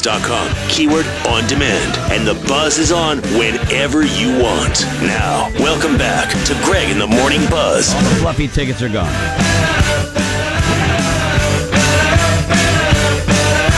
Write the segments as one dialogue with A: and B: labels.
A: thebuzz.com, keyword on demand. And the buzz is on whenever you want. Now, welcome back to Greg in the Morning Buzz.
B: All the fluffy tickets are gone.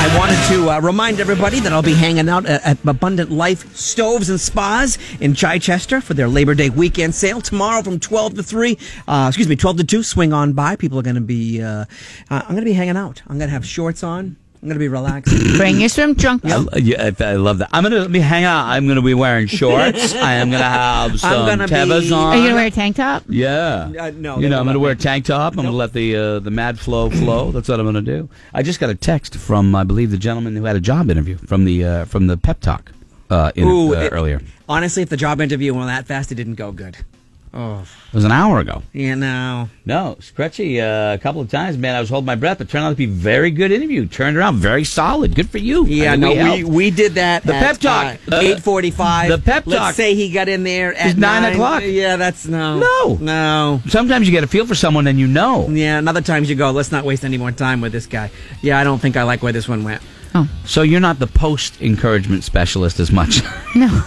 B: I wanted to uh, remind everybody that I'll be hanging out at, at Abundant Life Stoves and Spas in Chichester for their Labor Day weekend sale tomorrow from 12 to 3. Uh, excuse me, 12 to 2. Swing on by. People are going to be, uh, uh, I'm going to be hanging out. I'm going to have shorts on. I'm going to be relaxed.
C: Bring your swim trunk.
D: I, yeah, I, I love that. I'm gonna let me hang out. I'm gonna be wearing shorts. I am gonna have some
B: gonna be-
D: tevas
C: Are
D: on.
C: you gonna wear a tank top?
D: yeah. You
B: Uh, no, they
D: know, I'm
B: don't
D: gonna
B: let
D: wear a
B: me.
D: tank top. I'm gonna let the uh, the mad flow flow. That's what I'm gonna do. I just got a text from I believe the gentleman who had a job interview from the uh, from the pep talk uh, in, uh,
B: it-
D: earlier.
B: Honestly, if the job interview went that fast, it didn't go good.
D: It was an hour ago.
B: You know.
D: No, Scratchy, uh, a couple of times, man, I was holding my breath, but turned out to be very good interview. Turned around, very solid. Good for you.
B: Yeah,
D: I mean,
B: no,
D: we
B: we,
D: helped.
B: we, did that.
D: The
B: at,
D: pep talk.
B: uh, eight forty-five.
D: The pep talk.
B: Let's say he got in there at
D: It's nine o'clock.
B: Yeah, that's no,
D: No.
B: no.
D: Sometimes you get a feel for someone and you know.
B: Yeah, and other times you go, let's not waste any more time with this guy. Yeah, I don't think I like where this one went.
D: So you're not the post encouragement specialist as much.
C: No.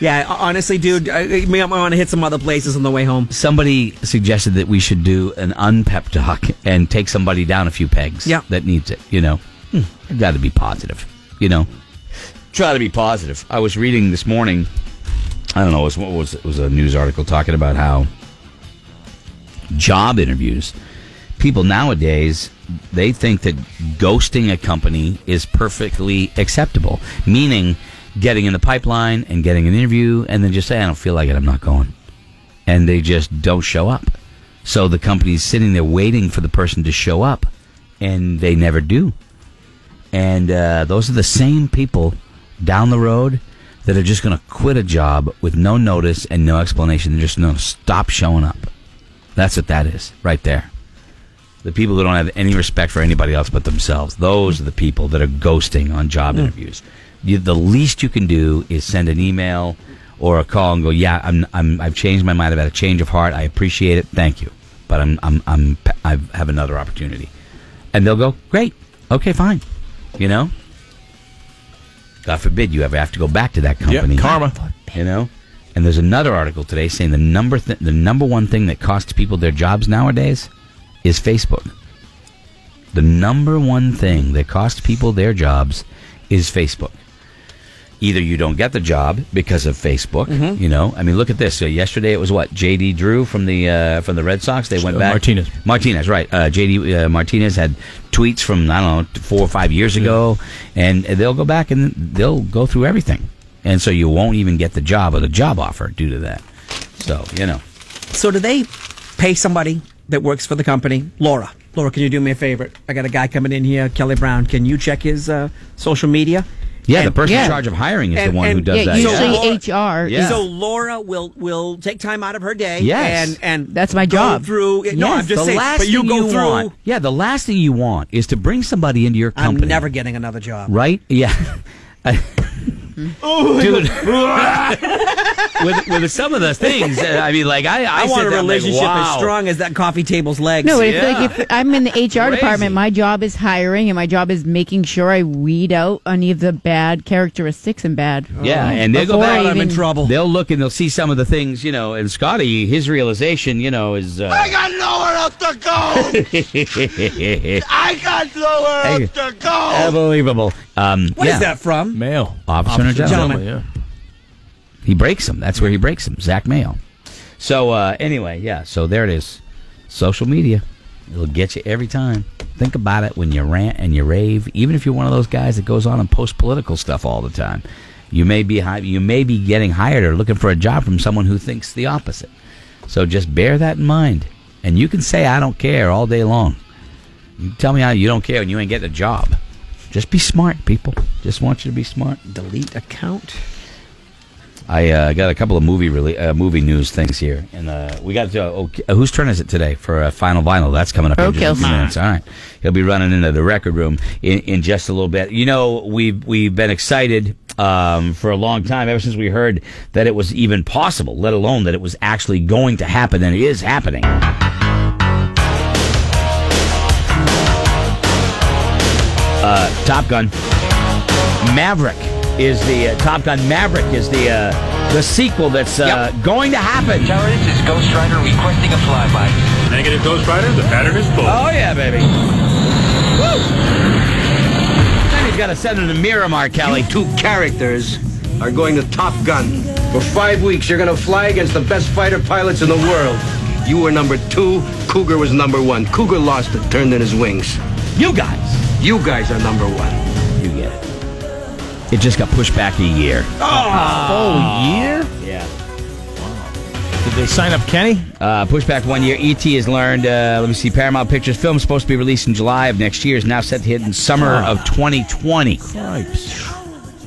B: Yeah, ho- honestly, dude, I, I, may- I want to hit some other places on the way home.
D: somebody suggested that we should do an unpep talk and take somebody down a few pegs
B: Yeah.
D: that needs it, you know. Hmm, I've got to be positive, you know. Try to be positive. I was reading this morning, I don't know, it was, what was, it was a news article talking about how job interviews, people nowadays, they think that ghosting a company is perfectly acceptable, meaning getting in the pipeline and getting an interview and then just say, I don't feel like it, I'm not going and they just don't show up. So the company's sitting there waiting for the person to show up, and they never do. And uh, those are the same people down the road that are just going to quit a job with no notice and no explanation. They're just going to stop showing up. That's what that is right there. The people who don't have any respect for anybody else but themselves. Those are the people that are ghosting on job interviews. You, the least you can do is send an email or a call and go, "Yeah, I'm, I'm, I've changed my mind. I've had a change of heart. I appreciate it. Thank you, but I'm, I'm, I'm, I have another opportunity." And they'll go, "Great, okay, fine." You know, God forbid you ever have to go back to that company.
E: karma.
D: You know, and there's another article today saying the number th- the number one thing that costs people their jobs nowadays is Facebook. The number one thing that costs people their jobs is Facebook. Either you don't get the job because of Facebook,
B: Mm-hmm.
D: you know. I mean, look at this. So yesterday it was what J.D. Drew from the uh, from the Red Sox. They went
E: Uh,
D: back
E: Martinez.
D: Martinez, right? Uh, J.D. Uh, Martinez had tweets from I don't know four or five years ago, and they'll go back and they'll go through everything, and so you won't even get the job or the job offer due to that. So you know,
B: So do they pay somebody that works for the company, Laura? Laura, can you do me a favor? I got a guy coming in here, Kelly Brown. Can you check his uh, social media?
D: yeah, the
B: And-
D: person
C: yeah.
D: in charge of hiring is
B: And-
D: the one who
B: and-
D: does
C: Yeah,
D: that.
B: So-
C: usually
B: Or-
C: HR.
D: Yeah.
B: So Laura will will take time out of her day.
D: Yes.
B: and and
C: That's my
B: go
C: job.
B: Through no,
D: Yes,
B: I'm just
D: the
B: saying.
D: last
B: but you
D: thing
B: go through.
D: want- yeah, the last thing you want is to bring somebody into your
B: I'm
D: company.
B: never getting another job.
D: right? Yeah. Dude, with, with some of the things, uh, I mean, like I, I,
B: I,
D: sit
B: want a
D: there, I'm like,
B: relationship
D: wow.
B: as strong as that coffee table's legs.
C: No,
B: it,
C: if, like, if I'm in the HR
D: Crazy.
C: department, my job is hiring, and my job is making sure I weed out any of the bad characteristics and bad.
D: Yeah, and they go
C: Before
D: back.
C: I
B: I'm in
C: even-
B: trouble.
D: They'll look and they'll see some of the things, you know. And Scotty, his realization, you know, is uh, I got nowhere else to go. I got nowhere else to go. Unbelievable. Um,
B: What is
D: yeah.
B: that from?
E: Male.
D: Officer and gentleman.
E: Yeah.
D: He breaks him. That's where he breaks him. Zach Mayo. So uh, anyway, yeah. So there it is. Social media. It'll get you every time. Think about it when you rant and you rave. Even if you're one of those guys that goes on and posts political stuff all the time, you may be hi- you may be getting hired or looking for a job from someone who thinks the opposite. So just bear that in mind. And you can say I don't care all day long. You tell me how you don't care and you ain't getting a job. Just be smart, people. Just want you to be smart.
B: Delete account.
D: I uh, got a couple of movie rele uh, movie news things here, and uh, we got to. oh, uh, whose turn is it today for uh, final vinyl? That's coming up in just a
C: O'Kill's.
D: few minutes. All right, he'll be running into the record room in, in just a little bit. You know, we've we've been excited um, for a long time ever since we heard that it was even possible, let alone that it was actually going to happen, and it is happening. Uh, Top Gun. Maverick is the uh, Top Gun Maverick is the uh, the sequel that's uh, going to happen.
E: Tower, this is Ghost Rider requesting a flyby.
F: Negative Ghost Rider, the pattern is full.
D: Oh yeah, baby. Woo! Then he's got to send him to Miramar, Kelly.
G: Two characters are going to Top Gun. For five weeks, you're going to fly against the best fighter pilots in the world. You were number two, Cougar was number one. Cougar lost it, turned in his wings.
D: You guys,
G: You guys are number one.
D: you get it. It just got pushed back a year.
H: year?
D: Yeah.
H: Did they sign up Kenny?
D: Uh, pushback one year. ET has learned. Uh, let me see. Paramount Pictures film is supposed to be released in July of next year. Is now set to hit in summer of 2020.
H: Cripes.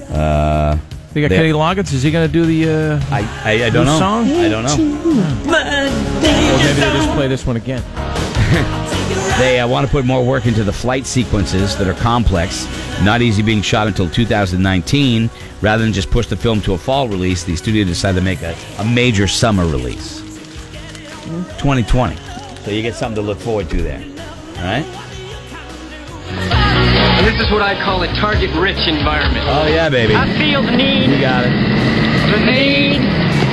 H: Uh, they got Kenny Loggins. Is he going to do the? Uh,
D: I, I, I don't
H: New
D: know.
H: song?
D: I don't know.
H: or maybe they just play this one again.
D: They uh, want to put more work into the flight sequences that are complex, not easy being shot until 2019. Rather than just push the film to a fall release, the studio decided to make a, a major summer release. 2020. So you get something to look forward to there. All right?
E: And this is what I call a target-rich environment.
D: Oh yeah, baby.
E: I feel the need,
D: You got it.
E: the need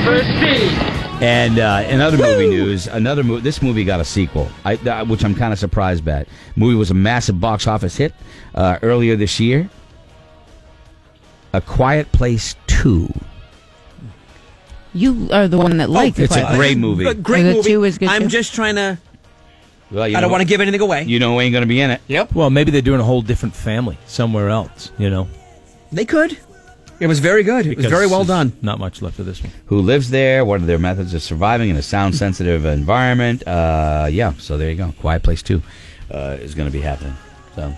E: for speed.
D: And uh, in other movie news, another movie. This movie got a sequel, I, uh, which I'm kind of surprised by. Movie was a massive box office hit uh, earlier this year. A Quiet Place Two.
C: You are the one that likes
D: Oh, it's a
C: Quiet Place.
D: great movie.
B: A great
C: The
B: movie.
C: two is good,
B: I'm
C: too.
B: just trying to.
D: Well, you
B: I
D: know-
B: don't want to give anything away.
D: You know, ain't gonna be in it.
B: yep.
H: Well, maybe they're doing a whole different family somewhere else. You know,
B: They could. It was very good. It was
H: Because
B: very well
H: there's
B: done.
H: Not much left of this one.
D: Who lives there? What are their methods of surviving in a sound-sensitive environment? Uh, yeah. So there you go. Quiet Place Two uh, is gonna be happening. So.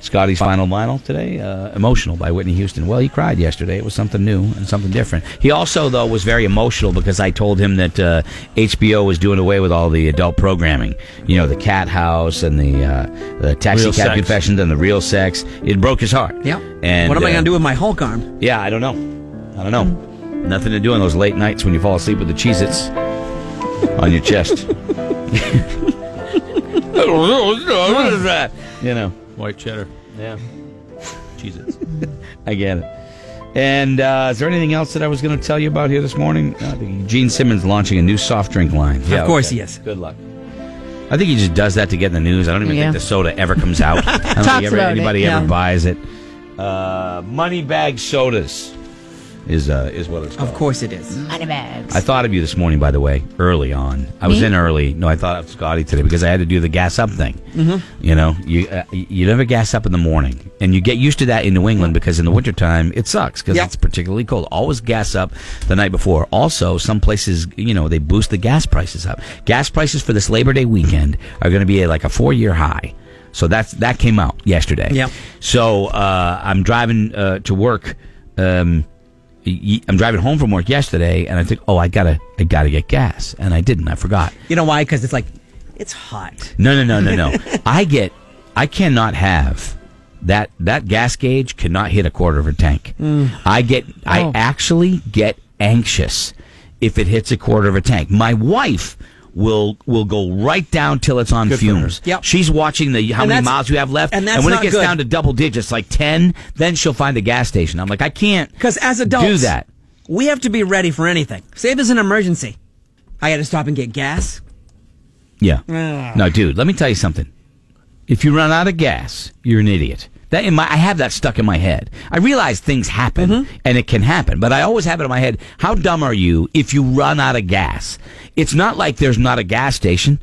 D: Scotty's final vinyl today, uh, "Emotional" by Whitney Houston. Well, he cried yesterday. It was something new and something different. He also, though, was very emotional because I told him that uh, HBO was doing away with all the adult programming. You know, the Cat House and the, uh, the Taxi
H: Real
D: Cab
H: Sex.
D: Confessions and the Real Sex. It broke his heart.
B: Yeah.
D: And
B: what am I
D: uh,
B: going to do with my Hulk arm?
D: Yeah, I don't know. I don't know. Nothing to do on those late nights when you fall asleep with the Cheez Its on your chest. you know.
H: White cheddar.
D: Yeah.
H: Jesus.
D: I get it. And uh, is there anything else that I was going to tell you about here this morning? No, I think Gene Simmons launching a new soft drink line.
B: Of course he is.
D: Good luck. I think he just does that to get in the news. I don't even
C: Yeah.
D: think the soda ever comes out. I don't
C: Talks
D: think ever,
C: about it,
D: anybody ever
C: yeah.
D: buys it. Uh, money bag sodas is uh, is what it's called.
B: Of course it is.
C: Money bags.
D: I thought of you this morning, by the way, early on. I was
C: Me?
D: in early. No, I thought of Scotty today because I had to do the gas up thing. Mm-hmm. You know, you uh, you never gas up in the morning, and you get used to that in New England because in the wintertime it sucks because
B: Yeah.
D: it's particularly cold. Always gas up the night before. Also, some places you know they boost the gas prices up. Gas prices for this Labor Day weekend are going to be at like a four year high. So that's that came out yesterday.
B: Yep.
D: So uh, I'm driving uh, to work. Um, y- y- I'm driving home from work yesterday, and I think, oh, I gotta, I gotta get gas, and I didn't. I forgot.
B: You know why? Because it's like, it's hot.
D: No, no, no, no, no. I get, I cannot have that. That gas gauge cannot hit a quarter of a tank.
B: Mm.
D: I get, I
C: Oh.
D: actually get anxious if it hits a quarter of a tank. My wife will will go right down till it's on fumes.
B: Yep.
D: She's watching the how
B: And
D: many
B: that's-
D: miles you have left,
B: and that's
D: when it
B: not
D: gets
B: good.
D: down to double digits, like ten, then she'll find a gas station. I'm like, I can't
B: Because as adults,
D: do that.
B: We have to be ready for anything. Say there's an emergency. I had to stop and get gas.
D: Yeah.
B: Ah.
D: No, dude, let me tell you something. If you run out of gas, you're an idiot. That in my, I have that stuck in my head. I realize things happen
B: Mm-hmm.
D: and it can happen, but I always have it in my head. How dumb are you if you run out of gas? It's not like there's not a gas station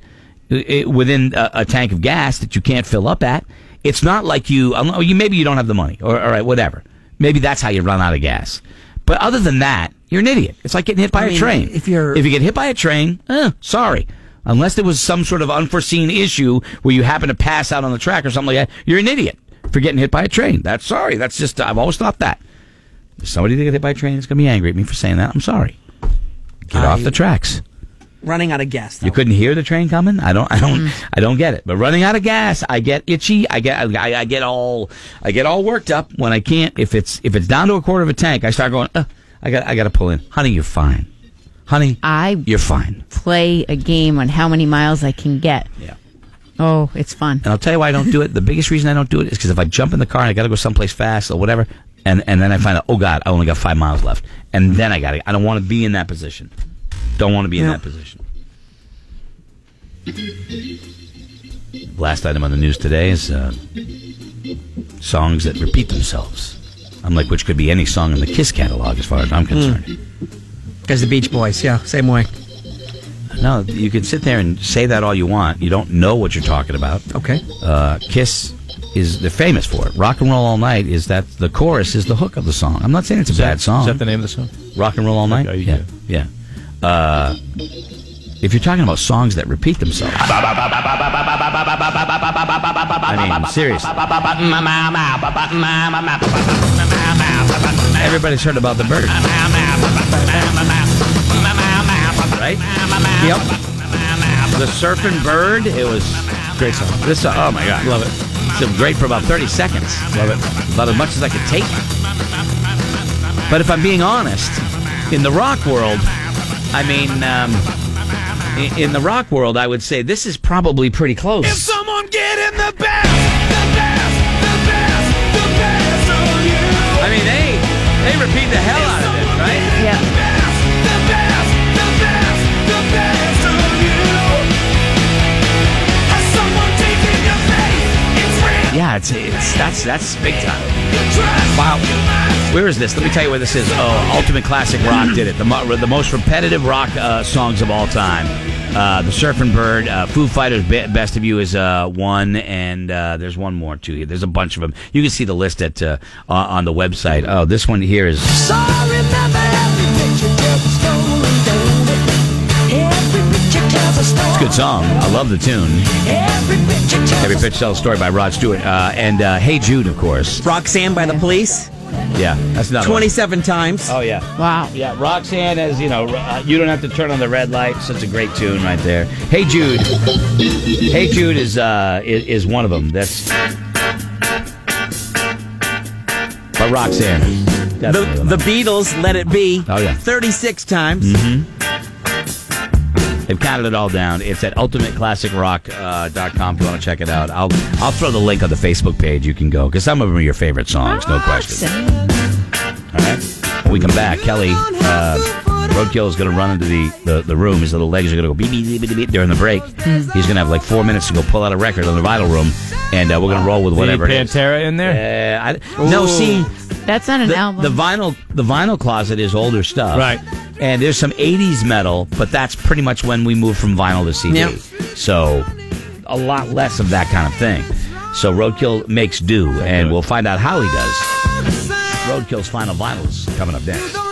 D: uh, uh, within a, a tank of gas that you can't fill up at. It's not like you, oh, you maybe you don't have the money or all right, whatever. Maybe that's how you run out of gas. But other than that, you're an idiot. It's like getting hit by
B: I
D: a
B: mean,
D: train.
B: if you're-
D: if you get hit by a train, eh, sorry. Unless there was some sort of unforeseen issue where you happen to pass out on the track or something like that, you're an idiot for getting hit by a train. That's sorry. That's just, I've always thought that. If somebody that got hit by a train is going to be angry at me for saying that. I'm sorry. Get off the tracks.
B: Running out of gas. Though.
D: You couldn't hear the train coming. I don't. I don't. I don't get it. But running out of gas, I get itchy. I get. I, I get all. I get all worked up when I can't. If it's if it's down to a quarter of a tank, I start going. Uh, I got. I got to pull in. Honey, you're fine. Honey,
C: I
D: you're fine.
C: play a game on how many miles I can get.
D: Yeah.
C: Oh, it's fun.
D: And I'll tell you why I don't do it. The biggest reason I don't do it is because if I jump in the car and I got to go someplace fast or whatever, and, and then I find out, oh God, I only got five miles left, and then I got to. I don't want to be in that position. Don't want to be in
B: Yeah.
D: that position. Last item on the news today is uh, songs that repeat themselves. I'm like, which could be any song in the Kiss catalog, as far as I'm concerned.
B: Because the Beach Boys, yeah, same way.
D: No, you can sit there and say that all you want. You don't know what you're talking about.
B: Okay.
D: uh, Kiss is they're famous for it. Rock and Roll All Night is that the chorus is the hook of the song. I'm not saying it's a bad song.
H: Is that the name of the song?
D: Rock and Roll All Night.
H: Okay,
D: yeah, yeah. Uh, if you're talking about songs that repeat themselves, I mean seriously. Everybody's heard about the bird, right?
B: Yep.
D: The Surfing Bird. It was great song. This song, oh my god, love it. It's great for about thirty seconds. Love it. About as much as I could take. But if I'm being honest, in the rock world, I mean, um, i- in the rock world, I would say this is probably pretty close. I mean, they they repeat the hell out of this, right?
C: Yeah.
D: Yeah, it's, it's that's that's big time. Wow, where is this? Let me tell you where this is. Oh, Ultimate Classic Rock did it. The mo- the most repetitive rock uh, songs of all time. Uh, the Surfing Bird, uh, Foo Fighters, Be- Best of You is uh, one, and uh, there's one more too. There's a bunch of them. You can see the list at uh, on on the website. Oh, this one here is
I: It's a
D: good song. I love the tune. Every
I: Every
D: pitch tells a story by Rod Stewart uh, and uh, Hey Jude, of course.
B: Roxanne by the Police,
D: Yeah, that's not
B: 27 times.
D: Oh yeah.
C: Wow.
D: Yeah, Roxanne as you know, uh, you don't have to turn on the red light. Such a great tune right there. Hey Jude, Hey Jude is uh is, is one of them. That's by Roxanne. That's
B: The,
D: one of
B: the
D: them.
B: Beatles, Let It Be,
D: Oh, yeah.
B: 36 times.
D: They've counted it all down. It's at ultimateclassicrock.com. If you want to check it out, I'll I'll throw the link on the Facebook page. You can go because some of them are your favorite songs, no question. All right. When we come back, Kelly, uh, Roadkill is going to run into the, the, the room. His little legs are going to go beep, beep, beep, beep, beep during the break.
C: Mm-hmm.
D: He's going to have like four minutes to go pull out a record on the vinyl room, and uh, we're going to roll with whatever
H: Whatever.
D: it is.
H: Pantera in there?
D: Uh, I, no,
B: Ooh.
D: see,
C: That's not an
D: the,
C: album.
D: the vinyl the vinyl closet is older stuff,
H: Right.
D: And there's some '80s metal, but that's pretty much when we moved from vinyl to CD.
B: Yep.
D: So a lot less of that kind of thing. So Roadkill makes do, and we'll find out how he does. Roadkill's final vinyls coming up next.